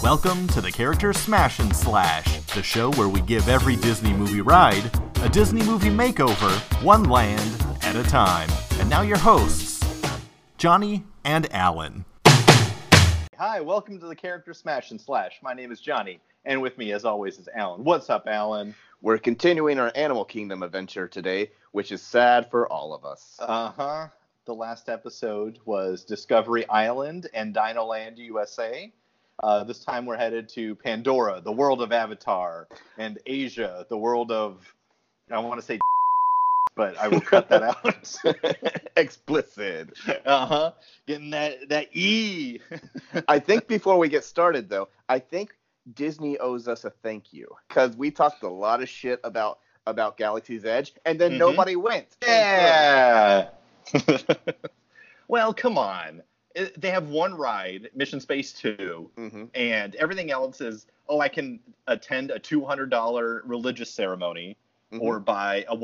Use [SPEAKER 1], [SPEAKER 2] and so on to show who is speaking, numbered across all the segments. [SPEAKER 1] Welcome to the Character Smash and Slash, the show where we give every Disney movie ride a Disney movie makeover, one land at a time. And now your hosts, Johnny and Alan.
[SPEAKER 2] Hi, welcome to the Character Smash and Slash. My name is Johnny, and with me, as always, is Alan. What's up, Alan?
[SPEAKER 3] We're continuing our Animal Kingdom adventure today, which is sad for all of us.
[SPEAKER 2] Uh huh. The last episode was Discovery Island and Dino Land USA. Uh, this time we're headed to Pandora, the world of Avatar, and Asia, the world of. I want to say, but I will cut that out.
[SPEAKER 3] Explicit.
[SPEAKER 2] uh huh. Getting that that E.
[SPEAKER 3] I think before we get started, though, I think Disney owes us a thank you because we talked a lot of shit about about Galaxy's Edge, and then
[SPEAKER 2] Mhm.
[SPEAKER 3] nobody went.
[SPEAKER 2] Yeah. well, come on. It- They have one ride, Mission Space 2,
[SPEAKER 3] hmm
[SPEAKER 2] and everything else is, oh, I can attend a $200 religious ceremony
[SPEAKER 3] Mm-hmm.
[SPEAKER 2] or buy a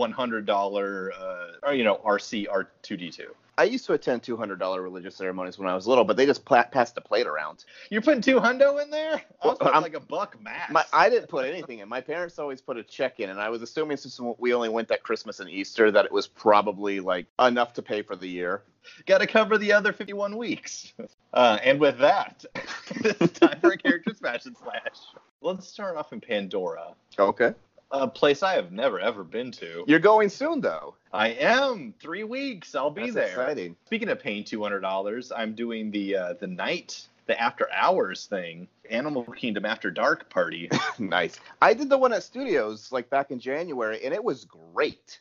[SPEAKER 2] $100, uh, or, you know, RC R2D2.
[SPEAKER 3] I used to attend two hundred dollar religious ceremonies when I was little, but they just pla- passed the plate around.
[SPEAKER 2] You're putting two hundo in there? I was
[SPEAKER 3] Well,
[SPEAKER 2] putting
[SPEAKER 3] I'm-
[SPEAKER 2] like a buck max.
[SPEAKER 3] My, I didn't put anything in. My parents always put a check in, and I was assuming since we only went that Christmas and Easter, that it was probably like enough to pay for the year.
[SPEAKER 2] Got to cover the other 51 weeks. Uh, and with that, it's time for a character smash and slash. Let's start off in Pandora.
[SPEAKER 3] Okay.
[SPEAKER 2] a place I have never ever been to.
[SPEAKER 3] You're going soon though.
[SPEAKER 2] I am three weeks. I'll be
[SPEAKER 3] That's
[SPEAKER 2] there.
[SPEAKER 3] Exciting.
[SPEAKER 2] Speaking of paying two hundred dollars, I'm doing the uh, the night, the after hours thing, Animal Kingdom after dark party.
[SPEAKER 3] nice. I did the one at Studios like back in January, and it was great.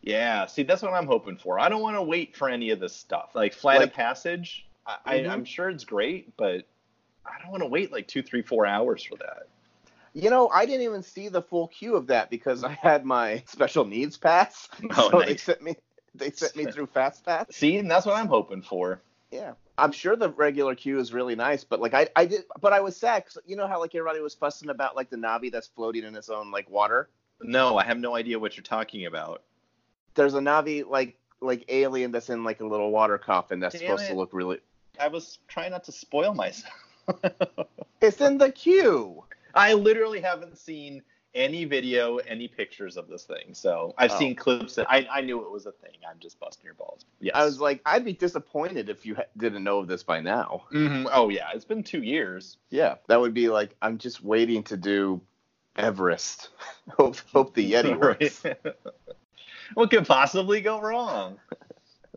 [SPEAKER 2] yeah, see, that's what I'm hoping for. I don't want to wait for any of this stuff. Like Flight of
[SPEAKER 3] Like-
[SPEAKER 2] Passage, I,
[SPEAKER 3] Mhm.
[SPEAKER 2] I, I'm sure it's great, but I don't want to wait like two, three, four hours for that.
[SPEAKER 3] You know, I didn't even see the full queue of that because I had my special needs pass.
[SPEAKER 2] Oh,
[SPEAKER 3] so they
[SPEAKER 2] nice.
[SPEAKER 3] sent me they sent me through Fast Pass.
[SPEAKER 2] See, and that's what I'm hoping for.
[SPEAKER 3] Yeah. I'm sure the regular queue is really nice, but like I, I did but I was sad 'cause you know how like everybody was fussing about like the Navi that's floating in its own like water?
[SPEAKER 2] No, I have no idea what you're talking about.
[SPEAKER 3] There's a Navi like like alien that's in like a little water coffin that's
[SPEAKER 2] Damn
[SPEAKER 3] supposed
[SPEAKER 2] it.
[SPEAKER 3] to look really
[SPEAKER 2] I was trying not to spoil myself.
[SPEAKER 3] It's in the queue.
[SPEAKER 2] I literally haven't seen any video, any pictures of this thing. So I've
[SPEAKER 3] Oh.
[SPEAKER 2] seen clips that I, I knew it was a thing. I'm just busting your balls. Yes.
[SPEAKER 3] I was like, I'd be disappointed if you ha- didn't know of this by now.
[SPEAKER 2] Mhm. oh yeah, it's been two years.
[SPEAKER 3] Yeah, that would be like I'm just waiting to do Everest. hope hope the Yeti works.
[SPEAKER 2] Right. what could possibly go wrong?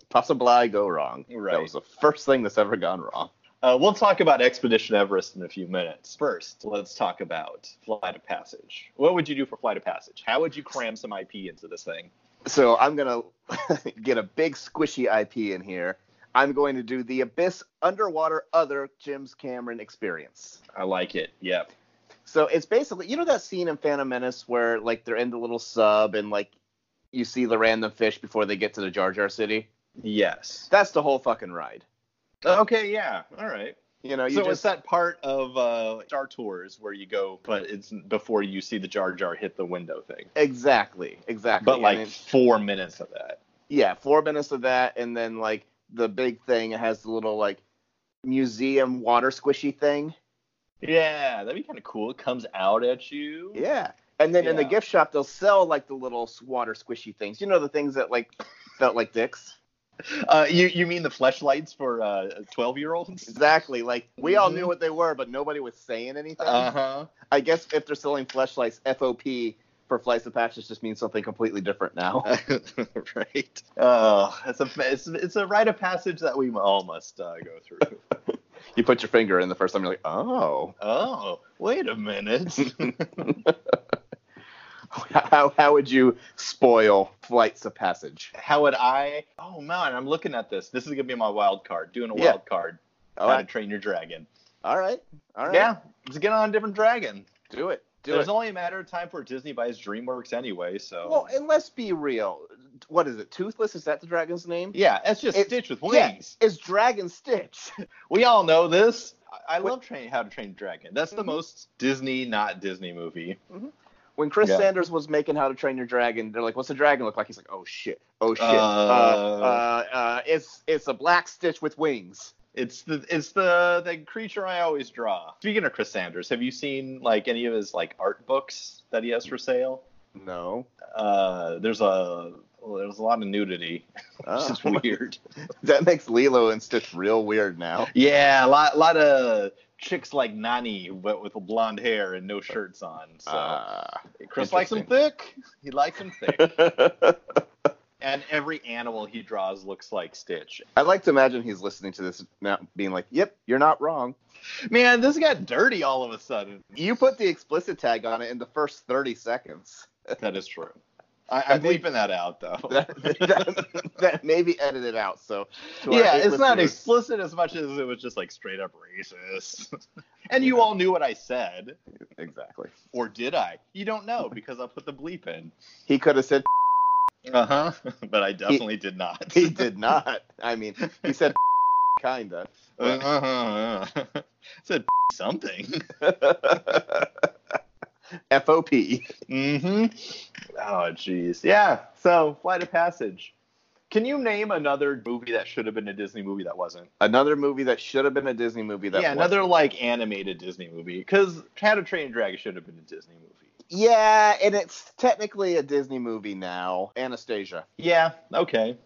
[SPEAKER 3] Possibly go wrong.
[SPEAKER 2] Right.
[SPEAKER 3] That was the first thing that's ever gone wrong.
[SPEAKER 2] Uh, we'll talk about Expedition Everest in a few minutes. First, let's talk about Flight of Passage. What would you do for Flight of Passage? How would you cram some IP into this thing?
[SPEAKER 3] So I'm gonna get a big squishy IP in here. I'm going to do the Abyss Underwater Other Jim's Cameron experience.
[SPEAKER 2] I like it. Yep.
[SPEAKER 3] So it's basically you know that scene in Phantom Menace where like they're in the little sub and like you see the random fish before they get to the Jar Jar City.
[SPEAKER 2] Yes.
[SPEAKER 3] That's the whole fucking ride.
[SPEAKER 2] Okay. Yeah. All right.
[SPEAKER 3] You know, you
[SPEAKER 2] so it's
[SPEAKER 3] just
[SPEAKER 2] that part of uh, Star Tours where you go, but it's before you see the Jar Jar hit the window thing.
[SPEAKER 3] exactly, exactly.
[SPEAKER 2] But
[SPEAKER 3] And
[SPEAKER 2] like
[SPEAKER 3] then-
[SPEAKER 2] four minutes of that.
[SPEAKER 3] yeah, four minutes of that, and then like the big thing it has the little like museum water squishy thing.
[SPEAKER 2] Yeah, that'd be kind of cool. It comes out at you.
[SPEAKER 3] Yeah, and then in the
[SPEAKER 2] Yeah.
[SPEAKER 3] gift shop they'll sell like the little s- water squishy things. You know the things that like felt like dicks.
[SPEAKER 2] Uh, you you mean the fleshlights for uh twelve year olds?
[SPEAKER 3] Exactly. Like we all
[SPEAKER 2] Mhm.
[SPEAKER 3] knew what they were, but nobody was saying anything.
[SPEAKER 2] Uh huh.
[SPEAKER 3] I guess if they're selling fleshlights, FOP for flights of patches just means something completely different now.
[SPEAKER 2] right. Oh, it's a it's, it's a rite of passage that we all must uh, go through.
[SPEAKER 3] you put your finger in the first time, you're like, oh,
[SPEAKER 2] oh, wait a minute.
[SPEAKER 3] how how would you spoil flights of passage?
[SPEAKER 2] How would I? Oh man, I'm looking at this. This is gonna be my wild card. Doing a
[SPEAKER 3] Yeah. Oh,
[SPEAKER 2] wild card.
[SPEAKER 3] All
[SPEAKER 2] How
[SPEAKER 3] right.
[SPEAKER 2] to Train Your Dragon.
[SPEAKER 3] All right. All right.
[SPEAKER 2] Yeah, let's get on a different dragon.
[SPEAKER 3] Do it. Do
[SPEAKER 2] There's
[SPEAKER 3] it.
[SPEAKER 2] only a matter of time for Disney buys DreamWorks anyway, so
[SPEAKER 3] well, and let's be real. What is it? Toothless? Is that the dragon's name?
[SPEAKER 2] yeah, that's just
[SPEAKER 3] It's-
[SPEAKER 2] Stitch with
[SPEAKER 3] yeah.
[SPEAKER 2] wings.
[SPEAKER 3] It's Dragon Stitch.
[SPEAKER 2] We all know this. I, I
[SPEAKER 3] Wait.
[SPEAKER 2] love train How to Train Your Dragon. That's the
[SPEAKER 3] Mhm.
[SPEAKER 2] most Disney not Disney movie.
[SPEAKER 3] When Chris
[SPEAKER 2] Yeah.
[SPEAKER 3] Sanders was making How to Train Your Dragon, they're like, "What's the dragon look like?" He's like, "Oh shit. Oh shit. Uh,
[SPEAKER 2] Uh.
[SPEAKER 3] uh, uh, it's it's a black Stitch with wings."
[SPEAKER 2] It's the it's the the creature I always draw. Speaking of Chris Sanders, have you seen like any of his like art books that he has for sale?
[SPEAKER 3] No.
[SPEAKER 2] Uh, there's a well, there's a lot of nudity, which
[SPEAKER 3] Oh.
[SPEAKER 2] is weird.
[SPEAKER 3] That makes Lilo and Stitch real weird now.
[SPEAKER 2] yeah, a lot lot of chicks like Nani, but with blonde hair and no shirts on. So
[SPEAKER 3] Ah.
[SPEAKER 2] Chris likes him thick. He likes him thick, and every animal he draws looks like Stitch.
[SPEAKER 3] I'd like to imagine he's listening to this now, being like, "Yep, you're not wrong.
[SPEAKER 2] Man, this got dirty all of a sudden.
[SPEAKER 3] You put the explicit tag on it in the first 30 seconds.
[SPEAKER 2] That is true. I, I'm
[SPEAKER 3] think-
[SPEAKER 2] bleeping that out though.
[SPEAKER 3] That, that, that may be edited out." So, to our
[SPEAKER 2] yeah,
[SPEAKER 3] eight
[SPEAKER 2] it's not
[SPEAKER 3] listeners-
[SPEAKER 2] explicit as much as it was just like straight up racist. and you all knew what I said,
[SPEAKER 3] exactly.
[SPEAKER 2] or did I? You don't know because I put the bleep in.
[SPEAKER 3] He could have said
[SPEAKER 2] Uh huh. But I definitely did not.
[SPEAKER 3] he did not. I mean, he said kinda.
[SPEAKER 2] Uh huh. Said something.
[SPEAKER 3] FOP.
[SPEAKER 2] Mm-hmm. Oh, jeez. Yeah. So, Flight of Passage. Can you name another movie that should have been a Disney movie that wasn't?
[SPEAKER 3] Another movie that should have been a Disney movie. That
[SPEAKER 2] yeah,
[SPEAKER 3] wasn't.
[SPEAKER 2] another like animated Disney movie. Because How to Train Your Dragon should have been a Disney movie.
[SPEAKER 3] Yeah, and it's technically a Disney movie now. Anastasia.
[SPEAKER 2] Yeah. Okay.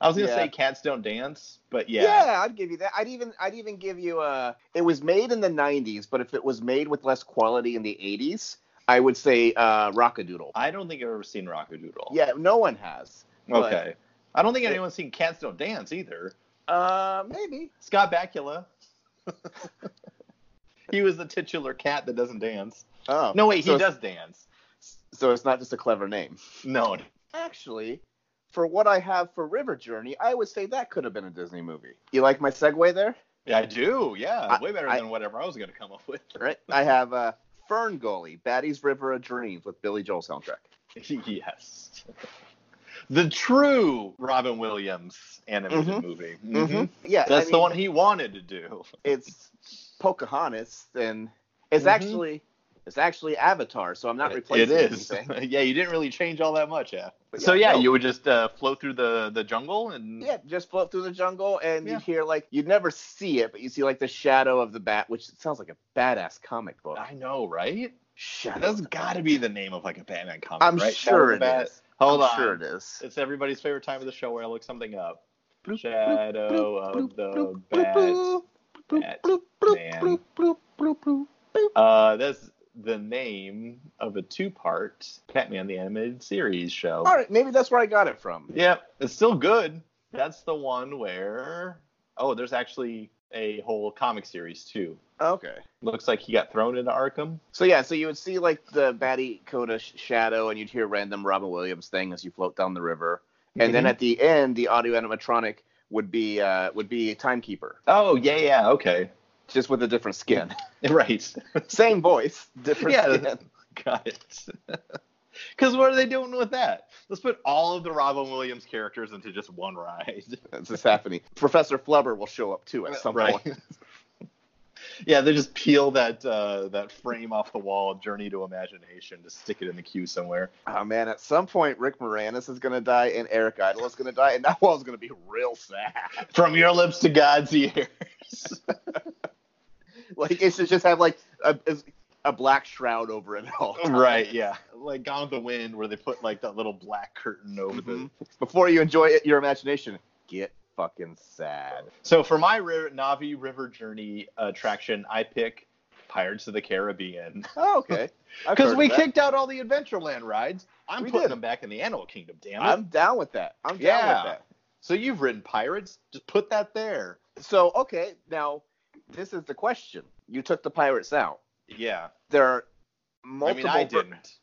[SPEAKER 2] I was gonna
[SPEAKER 3] Yeah.
[SPEAKER 2] say cats don't dance, but yeah.
[SPEAKER 3] I'd give you that. I'd even I'd even give you a. It was made in the '90s, but if it was made with less quality in the '80s, I would say uh, Rockadoodle.
[SPEAKER 2] I don't think I've ever seen Rockadoodle.
[SPEAKER 3] Yeah, no one has. but-
[SPEAKER 2] Okay. I don't think anyone's seen Cats Don't Dance either.
[SPEAKER 3] Uh, maybe.
[SPEAKER 2] Scott Bakula. he was the titular cat that doesn't dance.
[SPEAKER 3] Oh
[SPEAKER 2] No, wait, he
[SPEAKER 3] so it's-
[SPEAKER 2] does dance.
[SPEAKER 3] So it's not just a clever name.
[SPEAKER 2] No.
[SPEAKER 3] Actually, for what I have for River Journey, I would say that could have been a Disney movie. You like my segue there?
[SPEAKER 2] Yeah, I do. Yeah,
[SPEAKER 3] I-
[SPEAKER 2] way better
[SPEAKER 3] I-
[SPEAKER 2] than whatever I was gonna come up with.
[SPEAKER 3] Right. I have uh, Fern Gully, Batty's River of Dreams with Billy Joel soundtrack.
[SPEAKER 2] yes. The true Robin Williams animated
[SPEAKER 3] Mhm.
[SPEAKER 2] movie.
[SPEAKER 3] Mhm.
[SPEAKER 2] Mhm.
[SPEAKER 3] Yeah, I
[SPEAKER 2] That's the
[SPEAKER 3] mean,
[SPEAKER 2] one he wanted to do.
[SPEAKER 3] It's Pocahontas, and it's
[SPEAKER 2] Mhm.
[SPEAKER 3] actually it's actually Avatar. So I'm not
[SPEAKER 2] It
[SPEAKER 3] replacing
[SPEAKER 2] is.
[SPEAKER 3] anything.
[SPEAKER 2] yeah, you didn't really change all that much, yeah.
[SPEAKER 3] But
[SPEAKER 2] so yeah,
[SPEAKER 3] no.
[SPEAKER 2] you would just uh, float through the the jungle and
[SPEAKER 3] Yeah, just float through the jungle, and
[SPEAKER 2] Yeah.
[SPEAKER 3] you'd hear like you'd never see it, but you see like the shadow of the bat, which sounds like a badass comic book.
[SPEAKER 2] I know, right?
[SPEAKER 3] Shadow.
[SPEAKER 2] That's got to be the name of like a Batman comic,
[SPEAKER 3] I'm
[SPEAKER 2] right?
[SPEAKER 3] sure
[SPEAKER 2] Shadow of
[SPEAKER 3] it
[SPEAKER 2] the Bat-
[SPEAKER 3] is.
[SPEAKER 2] Hold
[SPEAKER 3] I'm
[SPEAKER 2] on.
[SPEAKER 3] sure it is.
[SPEAKER 2] It's everybody's favorite time of the show where I look something up.
[SPEAKER 3] Bloop,
[SPEAKER 2] Shadow of the
[SPEAKER 3] Bloop,
[SPEAKER 2] Bat.
[SPEAKER 3] bloop, bloop,
[SPEAKER 2] Bat-
[SPEAKER 3] bloop, bloop,
[SPEAKER 2] Man.
[SPEAKER 3] bloop, bloop, bloop, bloop.
[SPEAKER 2] Uh, that's the name of a two-part Batman the Animated Series show.
[SPEAKER 3] All right, maybe that's where I got it from.
[SPEAKER 2] Yep, it's still good. That's the one where oh, there's actually a whole comic series too.
[SPEAKER 3] Okay.
[SPEAKER 2] Looks like he got thrown into Arkham.
[SPEAKER 3] So yeah, so you would see like the Batty Coda sh- shadow, and you'd hear random Robin Williams thing as you float down the river, and then
[SPEAKER 2] Mm-hmm.
[SPEAKER 3] at the end, the audio animatronic would be uh, would be a timekeeper,
[SPEAKER 2] oh yeah yeah okay
[SPEAKER 3] just with a different skin,
[SPEAKER 2] right
[SPEAKER 3] same voice, different
[SPEAKER 2] Yeah.
[SPEAKER 3] skin.
[SPEAKER 2] got it. Because what are they doing with that? Let's put all of the Robin Williams characters into just one ride.
[SPEAKER 3] That's just happening. Professor Flubber will show up too at some
[SPEAKER 2] Right.
[SPEAKER 3] point.
[SPEAKER 2] yeah, they just peel that uh, that frame off the wall of Journey to Imagination to stick it in the queue somewhere.
[SPEAKER 3] Oh man, at some point Rick Moranis is gonna die and Eric Idle is gonna die, and that wall's gonna be real sad.
[SPEAKER 2] From your lips to God's ears.
[SPEAKER 3] Like it should just have like a, a black shroud over it all.
[SPEAKER 2] right. Yeah. Like Gone with the Wind, where they put like that little black curtain over the
[SPEAKER 3] Mhm. Before you enjoy it, your imagination, get fucking sad.
[SPEAKER 2] So for my ri Navi River Journey attraction, I pick Pirates of the Caribbean
[SPEAKER 3] Oh, okay. I've heard
[SPEAKER 2] because
[SPEAKER 3] of
[SPEAKER 2] we
[SPEAKER 3] that.
[SPEAKER 2] kicked out all the Adventureland rides. I'm
[SPEAKER 3] We
[SPEAKER 2] putting
[SPEAKER 3] did.
[SPEAKER 2] them back in the Animal Kingdom. Damn it!
[SPEAKER 3] I'm down with that. I'm down
[SPEAKER 2] Yeah.
[SPEAKER 3] with
[SPEAKER 2] So you've ridden pirates? Just put that there.
[SPEAKER 3] that. So okay, now this is the question. You took the pirates out.
[SPEAKER 2] Yeah.
[SPEAKER 3] There are multiple.
[SPEAKER 2] I mean, I
[SPEAKER 3] ver-
[SPEAKER 2] didn't.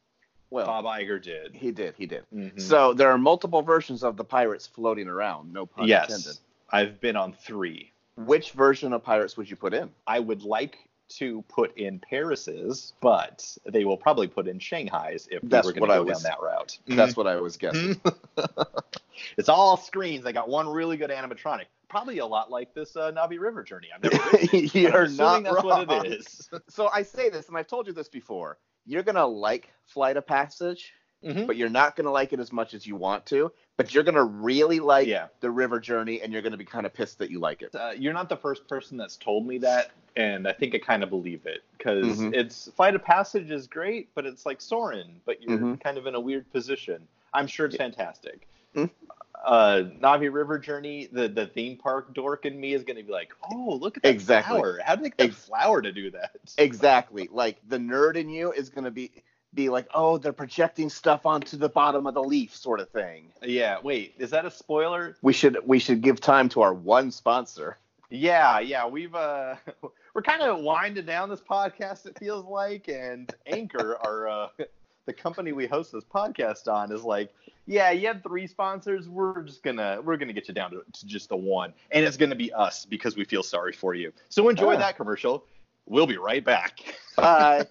[SPEAKER 3] Well,
[SPEAKER 2] Bob Iger did.
[SPEAKER 3] he did. He did.
[SPEAKER 2] Mhm.
[SPEAKER 3] So there are multiple versions of the pirates floating around. No pun
[SPEAKER 2] yes,
[SPEAKER 3] intended.
[SPEAKER 2] I've been on three.
[SPEAKER 3] Which version of pirates would you put in?
[SPEAKER 2] I would like to put in Paris's, but they will probably put in Shanghai's if
[SPEAKER 3] That's
[SPEAKER 2] we were
[SPEAKER 3] what
[SPEAKER 2] going to
[SPEAKER 3] I
[SPEAKER 2] go
[SPEAKER 3] was- Mm-hmm.
[SPEAKER 2] down that route.
[SPEAKER 3] That's what I was guessing.
[SPEAKER 2] It's all screens. I got one really good animatronic. Probably a lot like this uh, Navi River journey. I've never been. I'm
[SPEAKER 3] You're
[SPEAKER 2] assuming
[SPEAKER 3] not
[SPEAKER 2] that's
[SPEAKER 3] wrong.
[SPEAKER 2] what it is.
[SPEAKER 3] So I say this, and I've told you this before. You're gonna like Flight of Passage
[SPEAKER 2] Mhm.
[SPEAKER 3] but you're not going to like it as much as you want to. But you're going to really like
[SPEAKER 2] Yeah.
[SPEAKER 3] the river journey, and you're going to be kind of pissed that you like it.
[SPEAKER 2] Uh, you're not the first person that's told me that, and I think I kind of believe it because
[SPEAKER 3] Mhm.
[SPEAKER 2] it's Flight of Passage is great, but it's like Soren, but you're
[SPEAKER 3] Mhm.
[SPEAKER 2] kind of in a weird position. I'm sure it's fantastic.
[SPEAKER 3] Mhm.
[SPEAKER 2] Uh, Navi River Journey, the the theme park dork in me is going to be like, oh, look at that
[SPEAKER 3] Exactly.
[SPEAKER 2] flower. How did they get that
[SPEAKER 3] Ex-
[SPEAKER 2] flower to do that?
[SPEAKER 3] Exactly. Like the nerd in you is going to be be like, oh, they're projecting stuff onto the bottom of the leaf, sort of thing.
[SPEAKER 2] yeah. Wait, is that a spoiler?
[SPEAKER 3] We should we should give time to our one sponsor.
[SPEAKER 2] Yeah, yeah, we've uh, we're kind of winding down this podcast. It feels like, and Anchor, our uh, the company we host this podcast on, is like, yeah, you had three sponsors. We're just gonna we're gonna get you down to, to just the one, and it's gonna be us because we feel sorry for you. So enjoy
[SPEAKER 3] Yeah.
[SPEAKER 2] that commercial. We'll be right back.
[SPEAKER 3] Bye.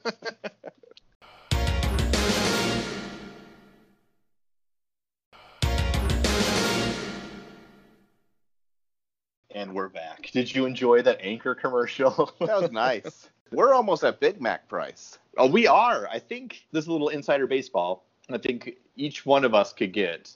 [SPEAKER 2] And we're back. Did you enjoy that Anchor commercial?
[SPEAKER 3] that was nice. We're almost at Big Mac price.
[SPEAKER 2] Oh, we are. I think this is a little insider baseball. I think each one of us could get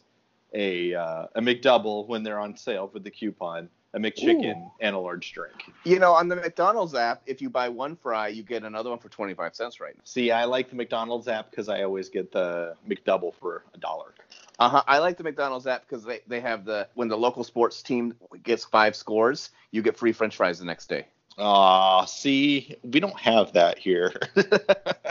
[SPEAKER 2] a uh, a McDouble when they're on sale for the coupon, a McChicken, and a large drink.
[SPEAKER 3] You know, on the McDonald's app, if you buy one fry, you get another one for 25 cents right now.
[SPEAKER 2] See, I like the McDonald's app because I always get the McDouble for a dollar.
[SPEAKER 3] Uh-huh. I like the McDonald's app because they, they have the when the local sports team gets five scores, you get free French fries the next day.
[SPEAKER 2] Ah, see, we don't have that here. but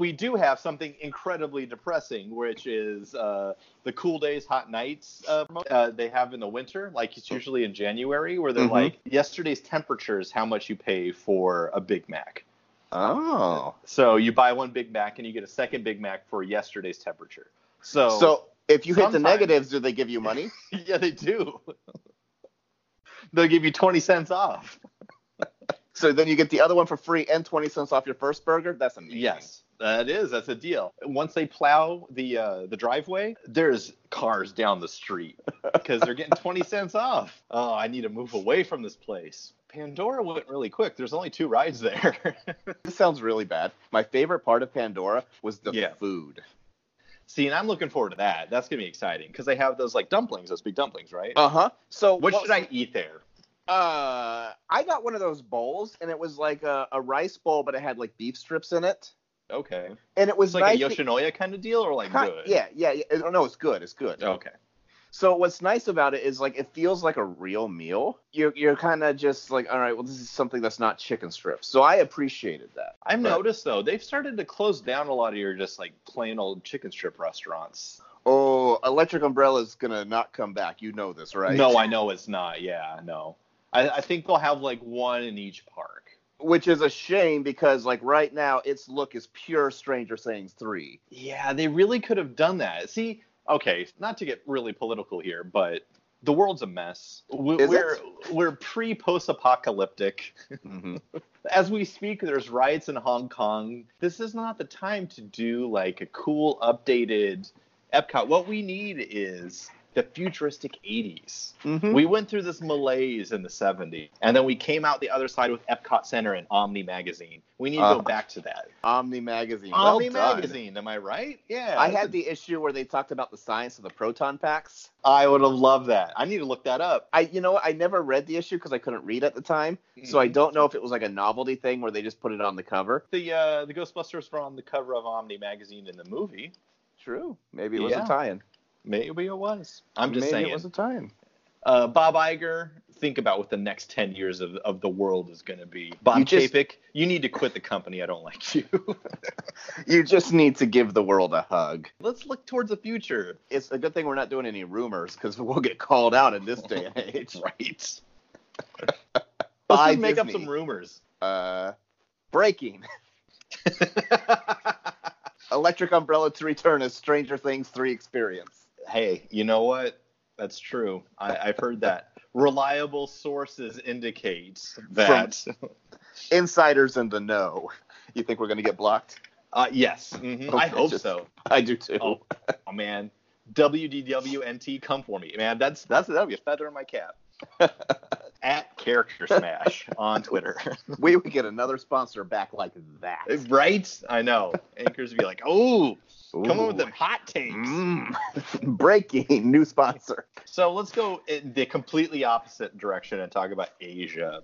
[SPEAKER 2] we do have something incredibly depressing, which is uh, the cool days, hot nights uh, promo- uh, they have in the winter. Like it's usually in January, where they're
[SPEAKER 3] Mhm.
[SPEAKER 2] like, yesterday's temperature is how much you pay for a Big Mac.
[SPEAKER 3] Oh.
[SPEAKER 2] So you buy one Big Mac and you get a second Big Mac for yesterday's temperature. So,
[SPEAKER 3] So if you hit the
[SPEAKER 2] Sometimes.
[SPEAKER 3] negatives, do they give you money?
[SPEAKER 2] yeah, they do. They'll give you 20 cents off.
[SPEAKER 3] so then you get the other one for free and 20 cents off your first burger? That's amazing.
[SPEAKER 2] Yes, that is. That's a deal. Once they plow the uh, the driveway, there's cars down the street because they're getting 20 cents off. Oh, I need to move away from this place. Pandora went really quick. There's only two rides there.
[SPEAKER 3] This sounds really bad. My favorite part of Pandora was the
[SPEAKER 2] Yeah.
[SPEAKER 3] food.
[SPEAKER 2] See, and I'm looking forward to that. That's gonna be exciting because they have those like dumplings, those big dumplings, right?
[SPEAKER 3] Uh-huh. So
[SPEAKER 2] what
[SPEAKER 3] what
[SPEAKER 2] should I eat there?
[SPEAKER 3] uh I got one of those bowls and it was like a, a rice bowl, but it had like beef strips in it.
[SPEAKER 2] Okay,
[SPEAKER 3] And it was
[SPEAKER 2] it's like
[SPEAKER 3] nice
[SPEAKER 2] a Yoshinoya kind of deal, or like
[SPEAKER 3] Ki-
[SPEAKER 2] good. Oh,
[SPEAKER 3] Yeah, yeah, yeah. Oh, No, it's good. It's good.
[SPEAKER 2] Okay.
[SPEAKER 3] So what's nice about it is like it feels like a real meal. You're you're kind of just like, all right, well, this is something that's not chicken strips. So I appreciated that.
[SPEAKER 2] I've
[SPEAKER 3] But-
[SPEAKER 2] noticed though they've started to close down a lot of your just like plain old chicken strip restaurants.
[SPEAKER 3] Oh, electric umbrella's gonna not come back. You know this, right?
[SPEAKER 2] No, I know it's not. Yeah, no. I, I think they'll have like one in each park.
[SPEAKER 3] Which is a shame because like right now its look is pure Stranger Things three.
[SPEAKER 2] Yeah, they really could have done that. See, okay, not to get really political here, but the world's a mess. We-
[SPEAKER 3] Is it?
[SPEAKER 2] We're we're pre post apocalyptic.
[SPEAKER 3] Mm-hmm.
[SPEAKER 2] As we speak, there's riots in Hong Kong. This is not the time to do like a cool updated Epcot. What we need is the futuristic 80s.
[SPEAKER 3] Mm-hmm.
[SPEAKER 2] We went through this malaise in the 70s, and then we came out the other side with Epcot Center and Omni Magazine. We need to
[SPEAKER 3] Uh,
[SPEAKER 2] go back to that.
[SPEAKER 3] Omni magazine.
[SPEAKER 2] Omni
[SPEAKER 3] well done.
[SPEAKER 2] Magazine, am I right? Yeah.
[SPEAKER 3] I had the issue where they talked about the science of the proton packs.
[SPEAKER 2] I would have loved that. I need to look that up.
[SPEAKER 3] I you know what? I never read the issue because I couldn't read at the time, so I don't know if it was like a novelty thing where they just put it on the cover.
[SPEAKER 2] The uh, the Ghostbusters were on the cover of Omni Magazine in the movie.
[SPEAKER 3] True, maybe it was
[SPEAKER 2] Yeah.
[SPEAKER 3] a tie-in.
[SPEAKER 2] Maybe it was. I'm just
[SPEAKER 3] maybe
[SPEAKER 2] saying.
[SPEAKER 3] it was a tie-in.
[SPEAKER 2] uh, Bob Iger, think about what the next 10 years of, of the world is going to be. Bob
[SPEAKER 3] You just-
[SPEAKER 2] Chapek, you need to quit the company. I don't like you.
[SPEAKER 3] You just need to give the world a hug.
[SPEAKER 2] Let's look towards the future.
[SPEAKER 3] It's a good thing we're not doing any rumors because we'll get called out in this day and age.
[SPEAKER 2] Right. Let's
[SPEAKER 3] By
[SPEAKER 2] just make up
[SPEAKER 3] Disney.
[SPEAKER 2] some rumors.
[SPEAKER 3] Uh, breaking. Electric Umbrella to return as Stranger Things 3 experience.
[SPEAKER 2] hey, you know what? That's true. I, I've heard that. Reliable sources indicate that.
[SPEAKER 3] Insiders in the know. You think we're going to get blocked?
[SPEAKER 2] uh, yes, mhm, I
[SPEAKER 3] Okay,
[SPEAKER 2] hope
[SPEAKER 3] just-
[SPEAKER 2] so.
[SPEAKER 3] I do too.
[SPEAKER 2] Oh. Oh man, WDWNT, come for me, man. That's that's that'd be a feather in my cap. At character smash on Twitter.
[SPEAKER 3] we would get another sponsor back like that.
[SPEAKER 2] right? I know. Anchors would be like, oh, come on with them hot takes.
[SPEAKER 3] Mm. Breaking new sponsor.
[SPEAKER 2] So let's go in the completely opposite direction and talk about Asia.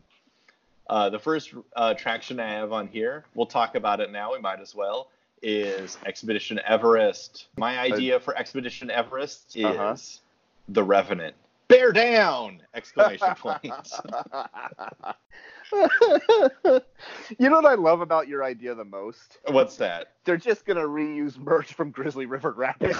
[SPEAKER 2] Uh, the first uh, attraction I have on here, we'll talk about it now. We might as well. Is Expedition Everest. My idea for Expedition Everest is
[SPEAKER 3] Uh-huh.
[SPEAKER 2] the Revenant. Bear down! Exclamation points.
[SPEAKER 3] you know what I love about your idea the most?
[SPEAKER 2] What's that?
[SPEAKER 3] They're just gonna reuse merch from Grizzly River Rapids.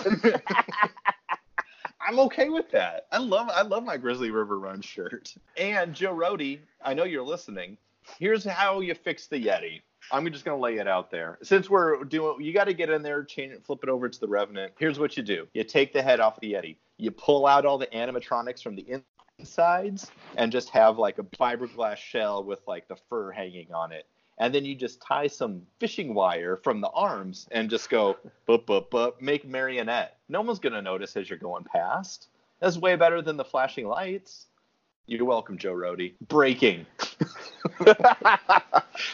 [SPEAKER 2] I'm okay with that. I love I love my Grizzly River Run shirt. And Joe Rody, I know you're listening. Here's how you fix the Yeti. I'm just gonna lay it out there. Since we're doing, you got to get in there, change it, flip it over to the Revenant. Here's what you do: you take the head off the Yeti, you pull out all the animatronics from the in- insides, and just have like a fiberglass shell with like the fur hanging on it. And then you just tie some fishing wire from the arms and just go but but but make marionette. No one's gonna notice as you're going past. That's way better than the flashing lights. You're welcome, Joe Rody. Breaking.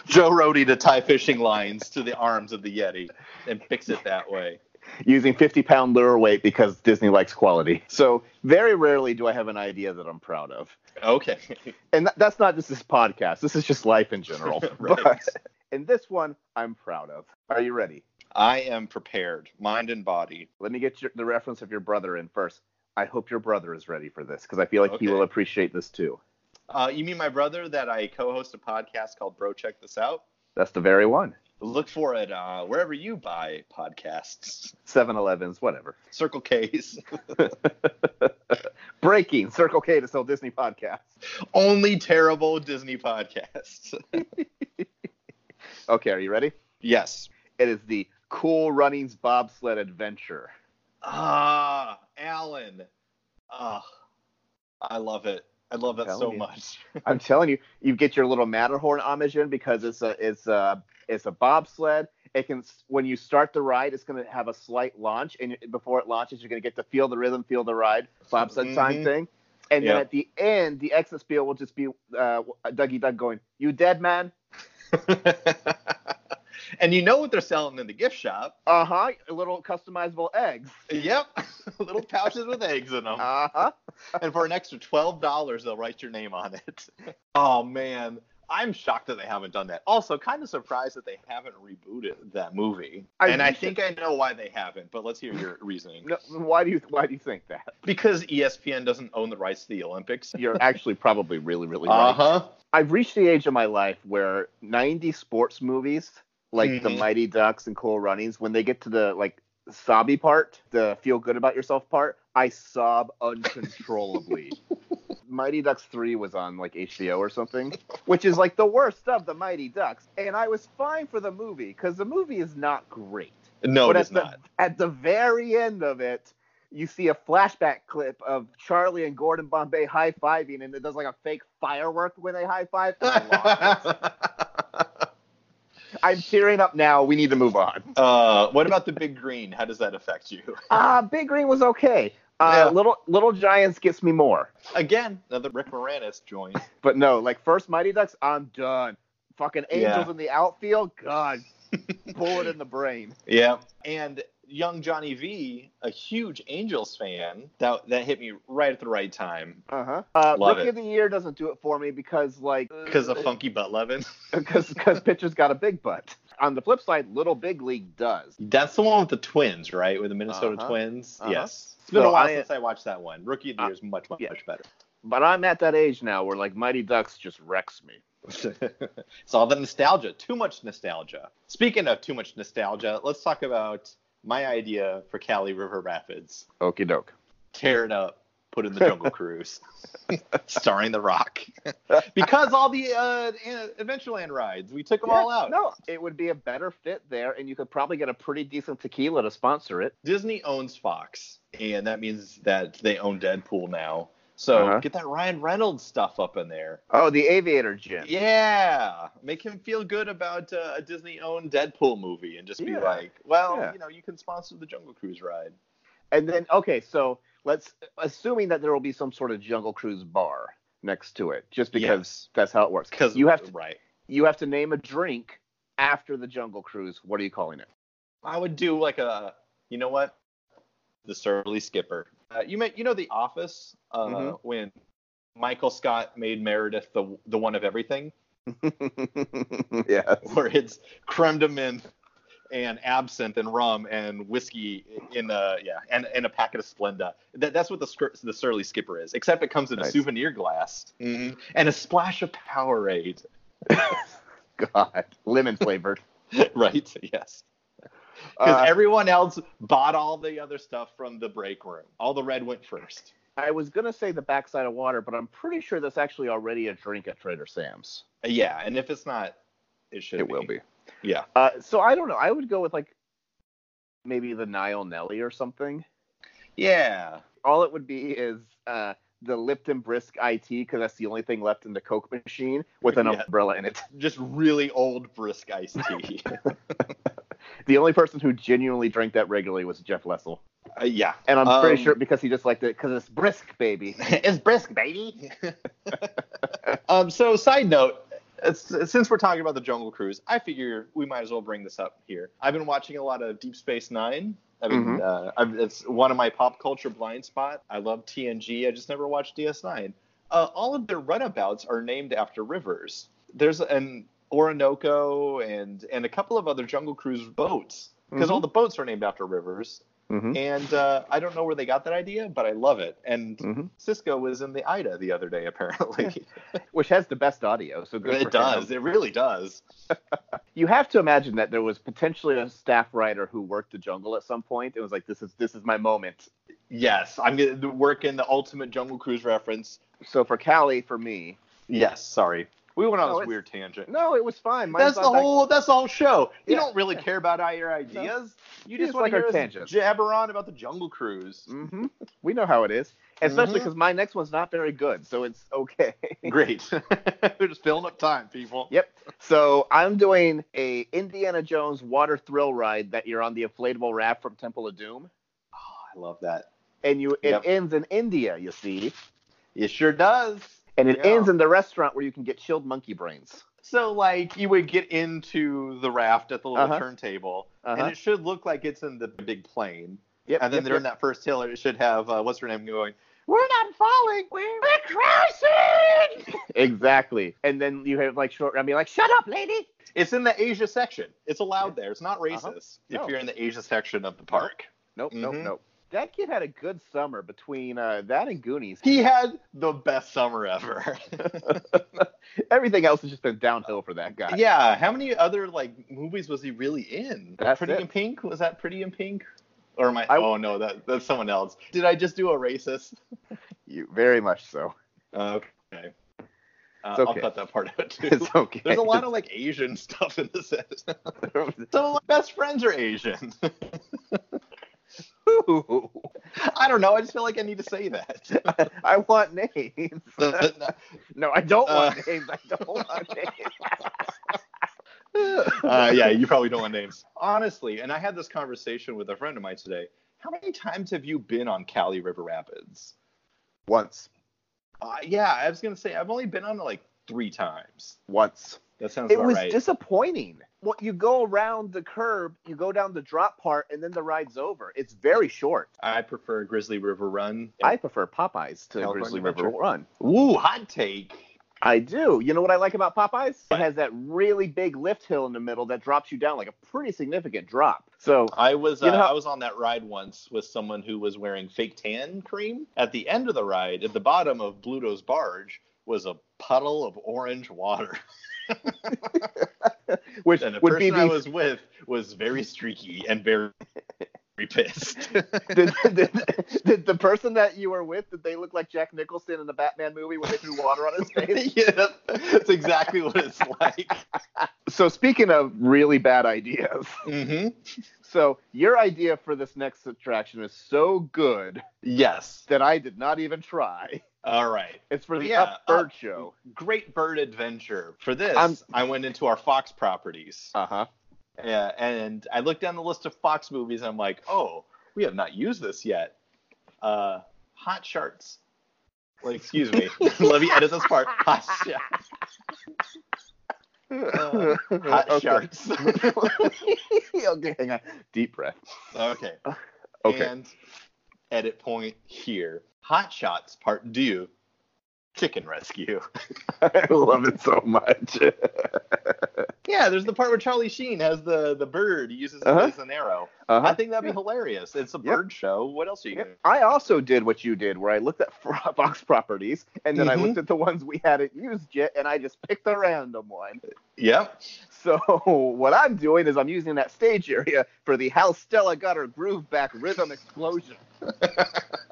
[SPEAKER 2] Joe Rody to tie fishing lines to the arms of the Yeti and fix it that way.
[SPEAKER 3] using 50 pound lure weight because Disney likes quality. So very rarely do I have an idea that I'm proud of.
[SPEAKER 2] Okay.
[SPEAKER 3] And that, that's not just this podcast. This is just life in general.
[SPEAKER 2] Right.
[SPEAKER 3] But in this one, I'm proud of. Are you ready?
[SPEAKER 2] I am prepared, mind and body.
[SPEAKER 3] Let me get your, the reference of your brother in first. I hope your brother is ready for this because I feel like he
[SPEAKER 2] Okay.
[SPEAKER 3] will appreciate this too.
[SPEAKER 2] Uh, you mean my brother that I co host a podcast called Bro Check This Out?
[SPEAKER 3] That's the very one.
[SPEAKER 2] Look for it uh, wherever you buy podcasts.
[SPEAKER 3] 7 Elevens, whatever.
[SPEAKER 2] Circle K's.
[SPEAKER 3] Breaking Circle K to sell Disney podcasts.
[SPEAKER 2] Only terrible Disney podcasts.
[SPEAKER 3] Okay, are you ready?
[SPEAKER 2] yes.
[SPEAKER 3] It is the Cool Runnings Bobsled Adventure.
[SPEAKER 2] Ah, Alan. Ah, I love it. I love that
[SPEAKER 3] Telling
[SPEAKER 2] so
[SPEAKER 3] you.
[SPEAKER 2] much.
[SPEAKER 3] I'm telling you, you get your little Matterhorn homage in because it's a it's a it's a bobsled. It can when you start the ride, it's going to have a slight launch, and before it launches, you're going to get to feel the rhythm, feel the ride, bobsled
[SPEAKER 2] Mhm.
[SPEAKER 3] time thing. And then
[SPEAKER 2] Yeah.
[SPEAKER 3] at the end, the exit spiel will just be uh, Dougie Doug going, "You dead man?"
[SPEAKER 2] and you know what they're selling in the gift shop?
[SPEAKER 3] Uh huh. Little customizable eggs.
[SPEAKER 2] Yep, little pouches with eggs in them.
[SPEAKER 3] Uh huh.
[SPEAKER 2] And for an extra twelve dollars, they'll write your name on it. Oh man, I'm shocked that they haven't done that. Also, kind of surprised that they haven't rebooted that movie.
[SPEAKER 3] I
[SPEAKER 2] and I
[SPEAKER 3] wish
[SPEAKER 2] think I know why they haven't, but let's hear your reasoning.
[SPEAKER 3] No, why do you why do you think that?
[SPEAKER 2] Because E ESPN doesn't own the rights to the Olympics.
[SPEAKER 3] You're actually probably really really right.
[SPEAKER 2] Uh huh.
[SPEAKER 3] I've reached the age of my life where 90 sports movies, like the
[SPEAKER 2] Mhm.
[SPEAKER 3] Mighty Ducks and Cool Runnings, when they get to the like sobby part, the feel good about yourself part, I sob uncontrollably. Mighty Ducks 3 was on like HBO or something, which is like the worst of the Mighty Ducks. And I was fine for the movie because the movie is not great.
[SPEAKER 2] No,
[SPEAKER 3] But
[SPEAKER 2] it is
[SPEAKER 3] at the-
[SPEAKER 2] not.
[SPEAKER 3] At the very end of it, you see a flashback clip of Charlie and Gordon Bombay high fiving, and it does like a fake firework when they high five. I'm tearing up now. We need to move on.
[SPEAKER 2] uh, what about the big green? How does that affect you?
[SPEAKER 3] Uh, Big Green was okay. Uh,
[SPEAKER 2] Yeah.
[SPEAKER 3] Little Little Giants gets me more.
[SPEAKER 2] Again, another Rick Moranis joint.
[SPEAKER 3] But no, like first Mighty Ducks, I'm done. Fucking Angels
[SPEAKER 2] Yeah.
[SPEAKER 3] in the outfield, God, bullet in the brain.
[SPEAKER 2] yeah. And young Johnny V, a huge Angels fan, that that hit me right at the right time
[SPEAKER 3] Uh-huh. Uh
[SPEAKER 2] Love it.
[SPEAKER 3] Rookie of the year doesn't do it for me because like
[SPEAKER 2] because of Funky Butt Levin.
[SPEAKER 3] because because pitcher's got a big butt. On the flip side, Little Big League does.
[SPEAKER 2] That's the one with the Twins, right? With the Minnesota
[SPEAKER 3] Uh-huh.
[SPEAKER 2] Twins.
[SPEAKER 3] Uh-huh.
[SPEAKER 2] Yes. It's been
[SPEAKER 3] So
[SPEAKER 2] a while
[SPEAKER 3] I-
[SPEAKER 2] since I watched that one. Rookie of the
[SPEAKER 3] Uh,
[SPEAKER 2] Year is much, much,
[SPEAKER 3] yeah.
[SPEAKER 2] much better.
[SPEAKER 3] But I'm at that age now where like Mighty Ducks just wrecks me.
[SPEAKER 2] it's all the nostalgia. Too much nostalgia. Speaking of too much nostalgia, let's talk about my idea for Cali River Rapids.
[SPEAKER 3] Okie doke.
[SPEAKER 2] tear it up, put in the Jungle Cruise, starring The Rock, because all the uh, An- Adventureland rides, we took them all out.
[SPEAKER 3] No, it would be a better fit there, and you could probably get a pretty decent tequila to sponsor it.
[SPEAKER 2] Disney owns Fox, and that means that they own Deadpool now. So
[SPEAKER 3] Uh-huh.
[SPEAKER 2] get that Ryan Reynolds stuff up in there.
[SPEAKER 3] Oh, the Aviator Gym.
[SPEAKER 2] Yeah, make him feel good about uh, a Disney-owned Deadpool movie, and just be
[SPEAKER 3] Yeah.
[SPEAKER 2] like, "Well,
[SPEAKER 3] Yeah.
[SPEAKER 2] you know, you can sponsor the Jungle Cruise ride."
[SPEAKER 3] And then, okay, so let's assuming that there will be some sort of Jungle Cruise bar. next to it, just because that's how it works.
[SPEAKER 2] Because
[SPEAKER 3] you have to
[SPEAKER 2] right.
[SPEAKER 3] you have to name a drink after the Jungle Cruise. What are you calling it?
[SPEAKER 2] I would do like a, you know what, the surly skipper. Uh, you may, you know, The Office uh,
[SPEAKER 3] Mhm.
[SPEAKER 2] when Michael Scott made Meredith the the one of everything,
[SPEAKER 3] yeah.
[SPEAKER 2] where it's creme de menthe and absinthe and rum and whiskey in a yeah and, and a packet of Splenda. That, that's what the scr- the surly skipper is, except it comes in a
[SPEAKER 3] Nice. Mm-hmm.
[SPEAKER 2] souvenir glass and a splash of Powerade.
[SPEAKER 3] God, lemon flavored.
[SPEAKER 2] right? Yes. Because
[SPEAKER 3] Uh,
[SPEAKER 2] everyone else bought all the other stuff from the break room. All the red went first.
[SPEAKER 3] I was gonna say the backside of water, but I'm pretty sure that's actually already a drink at Trader Sam's.
[SPEAKER 2] Uh, Yeah, and if it's not, it should.
[SPEAKER 3] It will be.
[SPEAKER 2] Yeah.
[SPEAKER 3] Uh, so I don't know. I would go with like maybe the Nile Nelly or something.
[SPEAKER 2] Yeah.
[SPEAKER 3] All it would be is uh, the Lipton Brisk IT because that's the only thing left in the Coke machine with an
[SPEAKER 2] Yeah.
[SPEAKER 3] umbrella in it.
[SPEAKER 2] Just really old brisk iced tea.
[SPEAKER 3] The only person who genuinely drank that regularly was Jeff Lessel,
[SPEAKER 2] Uh, yeah.
[SPEAKER 3] and I'm pretty
[SPEAKER 2] Um,
[SPEAKER 3] sure because he just liked it because it's brisk, baby.
[SPEAKER 2] it's brisk, baby. um. So, side note. It's, since we're talking about the Jungle Cruise, I figure we might as well bring this up here. I've been watching a lot of Deep Space Nine. I've been, uh, I've, it's one of my pop culture blind spot. I love TNG. I just never watched DS9. Uh, all of their runabouts are named after rivers. There's an Orinoco and and a couple of other Jungle Cruise boats because
[SPEAKER 3] Mhm.
[SPEAKER 2] all the boats are named after rivers.
[SPEAKER 3] Mm-hmm.
[SPEAKER 2] And uh, I don't know where they got that idea, but I love it. And
[SPEAKER 3] Mhm.
[SPEAKER 2] Cisco was in the Ida the other day, apparently.
[SPEAKER 3] Which has the best audio, so good for
[SPEAKER 2] it
[SPEAKER 3] him.
[SPEAKER 2] does. It really does.
[SPEAKER 3] You have to imagine that there was potentially a staff writer who worked the jungle at some point and was like, "This is this is my moment."
[SPEAKER 2] Yes, I'm going to work in the ultimate Jungle Cruise reference.
[SPEAKER 3] So for Callie, for me,
[SPEAKER 2] Yes, sorry. We went on
[SPEAKER 3] No,
[SPEAKER 2] this
[SPEAKER 3] it's-
[SPEAKER 2] weird tangent.
[SPEAKER 3] no, it was fine. Mine's
[SPEAKER 2] that's the
[SPEAKER 3] not that-
[SPEAKER 2] whole. That's the whole show. You
[SPEAKER 3] Yeah.
[SPEAKER 2] don't really care about our ideas. You
[SPEAKER 3] You
[SPEAKER 2] just
[SPEAKER 3] just
[SPEAKER 2] want
[SPEAKER 3] like
[SPEAKER 2] to
[SPEAKER 3] our
[SPEAKER 2] hear us
[SPEAKER 3] tangents.
[SPEAKER 2] jabber on about the Jungle Cruise.
[SPEAKER 3] hmm We know how it is, especially
[SPEAKER 2] Mhm.
[SPEAKER 3] because my next one's not very good, so it's okay.
[SPEAKER 2] Great. They're just filling up time, people.
[SPEAKER 3] yep. So I'm doing a Indiana Jones water thrill ride that you're on the inflatable raft from Temple of Doom,
[SPEAKER 2] Oh, I love that.
[SPEAKER 3] and you it
[SPEAKER 2] Yep.
[SPEAKER 3] ends in India, you see,
[SPEAKER 2] It sure does.
[SPEAKER 3] and it
[SPEAKER 2] Yeah.
[SPEAKER 3] ends in the restaurant where you can get chilled monkey brains.
[SPEAKER 2] So like you would get into the raft at the little
[SPEAKER 3] Uh-huh.
[SPEAKER 2] turntable,
[SPEAKER 3] Uh-huh.
[SPEAKER 2] and it should look like it's in the big plane.
[SPEAKER 3] Yep.
[SPEAKER 2] And then
[SPEAKER 3] yep,
[SPEAKER 2] they're
[SPEAKER 3] yep.
[SPEAKER 2] in that first hill, and it should have uh, what's her name going.
[SPEAKER 3] We're not falling. We're, we're crashing. exactly. And then you have like short round be like, shut up, lady.
[SPEAKER 2] It's in the Asia section. It's allowed there. It's not racist
[SPEAKER 3] Uh-huh.
[SPEAKER 2] if
[SPEAKER 3] No.
[SPEAKER 2] you're in the Asia section of the park.
[SPEAKER 3] Nope,
[SPEAKER 2] Mhm.
[SPEAKER 3] nope, nope. That kid had a good summer between uh, that and Goonies.
[SPEAKER 2] He had the best summer ever.
[SPEAKER 3] Everything else has just been downhill for that guy.
[SPEAKER 2] yeah. How many other like movies was he really in?
[SPEAKER 3] That's
[SPEAKER 2] Pretty
[SPEAKER 3] it.
[SPEAKER 2] in Pink? Was that Pretty in Pink? Or am I?
[SPEAKER 3] I-
[SPEAKER 2] oh no, that that's someone else. Did I just do a racist?
[SPEAKER 3] You, very much so.
[SPEAKER 2] Uh, okay. Uh,
[SPEAKER 3] It's
[SPEAKER 2] I'll
[SPEAKER 3] okay.
[SPEAKER 2] cut that part out too.
[SPEAKER 3] It's okay.
[SPEAKER 2] There's a lot of like Asian stuff in this. Some
[SPEAKER 3] of.
[SPEAKER 2] of my best friends are Asian.
[SPEAKER 3] I
[SPEAKER 2] I don't know. I just feel like I need to say that.
[SPEAKER 3] want names. no, I don't want names. I don't want names.
[SPEAKER 2] uh, yeah, you probably don't want names. Honestly, and I had this conversation with a friend of mine today. How many times have you been on Cali River Rapids?
[SPEAKER 3] Once.
[SPEAKER 2] Uh, yeah, I was gonna say I've only been on it like three times.
[SPEAKER 3] Once.
[SPEAKER 2] That sounds
[SPEAKER 3] It
[SPEAKER 2] about
[SPEAKER 3] was
[SPEAKER 2] right.
[SPEAKER 3] disappointing. Well, you go around the curb, you go down the drop part, and then the ride's over. It's very short.
[SPEAKER 2] I prefer Grizzly River Run.
[SPEAKER 3] I prefer Popeyes to
[SPEAKER 2] California
[SPEAKER 3] Grizzly
[SPEAKER 2] Adventure.
[SPEAKER 3] River Run.
[SPEAKER 2] Woo, hot take.
[SPEAKER 3] I do. You know what I like about Popeyes? It
[SPEAKER 2] What?
[SPEAKER 3] has that really big lift hill in the middle that drops you down like a pretty significant drop. So
[SPEAKER 2] I was uh,
[SPEAKER 3] You know how-
[SPEAKER 2] I was on that ride once with someone who was wearing fake tan cream. At the end of the ride, at the bottom of Bluto's barge, was a puddle of orange water.
[SPEAKER 3] which
[SPEAKER 2] And the
[SPEAKER 3] would be
[SPEAKER 2] person I
[SPEAKER 3] the
[SPEAKER 2] was with was very streaky and very, very pissed.
[SPEAKER 3] did, did- did the person that you were with did they look like Jack Nicholson in the Batman movie when they threw water on his face?
[SPEAKER 2] yeah, that's exactly what it's like.
[SPEAKER 3] so speaking of really bad ideas,
[SPEAKER 2] hmm
[SPEAKER 3] so your idea for this next attraction is so good
[SPEAKER 2] Yes.
[SPEAKER 3] that I did not even try.
[SPEAKER 2] All right.
[SPEAKER 3] It's for the
[SPEAKER 2] Yeah, uh,
[SPEAKER 3] Up Bird Show.
[SPEAKER 2] Great bird adventure. For this,
[SPEAKER 3] I'm-
[SPEAKER 2] I went into our Fox properties.
[SPEAKER 3] Uh huh.
[SPEAKER 2] Yeah, and I looked down the list of Fox movies. And I'm like, oh, we have not used this yet. Uh, Hot Sharks. Like, excuse me. Let me edit this part. Hot, shark. Uh, hot
[SPEAKER 3] Okay.
[SPEAKER 2] sharks.
[SPEAKER 3] okay, hang on. Deep breath.
[SPEAKER 2] okay.
[SPEAKER 3] Okay.
[SPEAKER 2] And edit point here. Hot shots part due. Chicken rescue.
[SPEAKER 3] I love it so much.
[SPEAKER 2] Yeah, there's the part where Charlie Sheen has the the bird. He uses it
[SPEAKER 3] Uh-huh.
[SPEAKER 2] as an arrow. I
[SPEAKER 3] Uh-huh.
[SPEAKER 2] think that'd be hilarious. It's a
[SPEAKER 3] Yep.
[SPEAKER 2] bird show. What else are you
[SPEAKER 3] Yeah,
[SPEAKER 2] gonna
[SPEAKER 3] I also did what you did, where I looked at Fro- Fox properties, and then
[SPEAKER 2] Mhm.
[SPEAKER 3] I looked at the ones we hadn't used yet, and I just picked a random one.
[SPEAKER 2] Yep.
[SPEAKER 3] So what I'm doing is I'm using that stage area for the Hal Stella Gutter Groove Back Rhythm Explosion.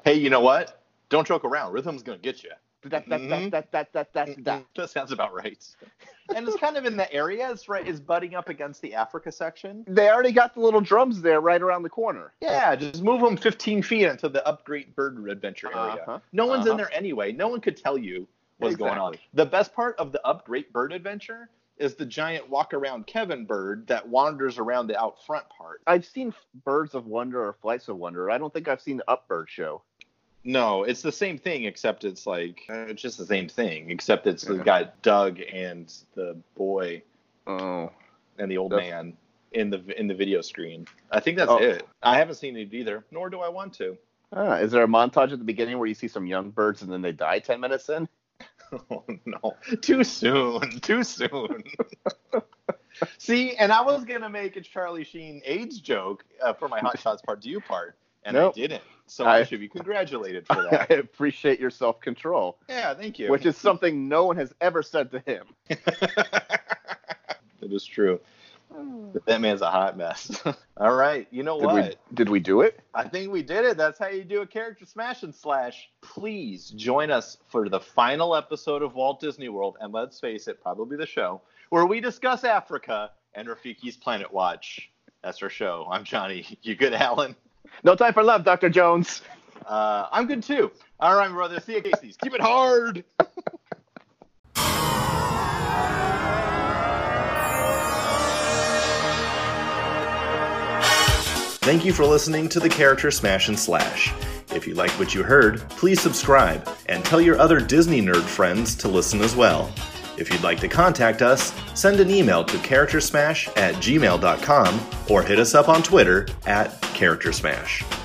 [SPEAKER 2] Hey, you know what? Don't joke around. Rhythm's gonna get you.
[SPEAKER 3] Da- da- da-
[SPEAKER 2] Mhm.
[SPEAKER 3] da- da- da- da- da.
[SPEAKER 2] That sounds about right. and it's kind of in the area. It's right. It's butting up against the Africa section.
[SPEAKER 3] They already got the little drums there right around the corner.
[SPEAKER 2] Yeah, just move them 15 feet into the upgrade bird adventure area.
[SPEAKER 3] Uh-huh.
[SPEAKER 2] No one's in
[SPEAKER 3] Uh-huh.
[SPEAKER 2] there anyway. No one could tell you what's going on.
[SPEAKER 3] Exactly.
[SPEAKER 2] The best part of the upgrade bird adventure is the giant walk around Kevin bird that wanders around the out front part.
[SPEAKER 3] I've seen Birds of Wonder or Flights of Wonder. I don't think I've seen the Upbird show.
[SPEAKER 2] No, it's the same thing, except it's like uh, it's just the same thing, except it's
[SPEAKER 3] Yeah.
[SPEAKER 2] the guy Doug and the boy
[SPEAKER 3] Oh.
[SPEAKER 2] and the old
[SPEAKER 3] That's-
[SPEAKER 2] man in the in the video screen. I think that's
[SPEAKER 3] Oh.
[SPEAKER 2] it. I haven't seen it either, nor do I want to.
[SPEAKER 3] Ah, is there a montage at the beginning where you see some young birds and then they die 10 minutes in?
[SPEAKER 2] Oh no, too soon, too soon. See, and I was gonna make a Charlie Sheen AIDS joke uh, for my Hot Shots Part Due part, and
[SPEAKER 3] Nope.
[SPEAKER 2] I didn't. So I,
[SPEAKER 3] I-
[SPEAKER 2] should be congratulated for
[SPEAKER 3] I
[SPEAKER 2] that.
[SPEAKER 3] appreciate your self control,
[SPEAKER 2] yeah, thank you.
[SPEAKER 3] which is something no one has ever said to him.
[SPEAKER 2] that is true.
[SPEAKER 3] Hmm.
[SPEAKER 2] That man's a hot mess. All right, you know
[SPEAKER 3] Did
[SPEAKER 2] what?
[SPEAKER 3] we, did we do it?
[SPEAKER 2] I think we did it. That's how you do a character smash and slash. Please join us for the final episode of Walt Disney World, and let's face it, probably the show, where we discuss Africa and Rafiki's Planet Watch. That's our show. I'm Johnny. You good, Alan?
[SPEAKER 3] No time for love, Dr. Jones.
[SPEAKER 2] Uh, I'm good too. All right, brother. See you, Casey's. Keep it hard. Thank you for listening to the Character Smash and Slash. If you like what you heard, please subscribe and tell your other Disney nerd friends to listen as well. If you'd like to contact us, send an email to charactersmash at gmail.com or hit us up on Twitter at charactersmash.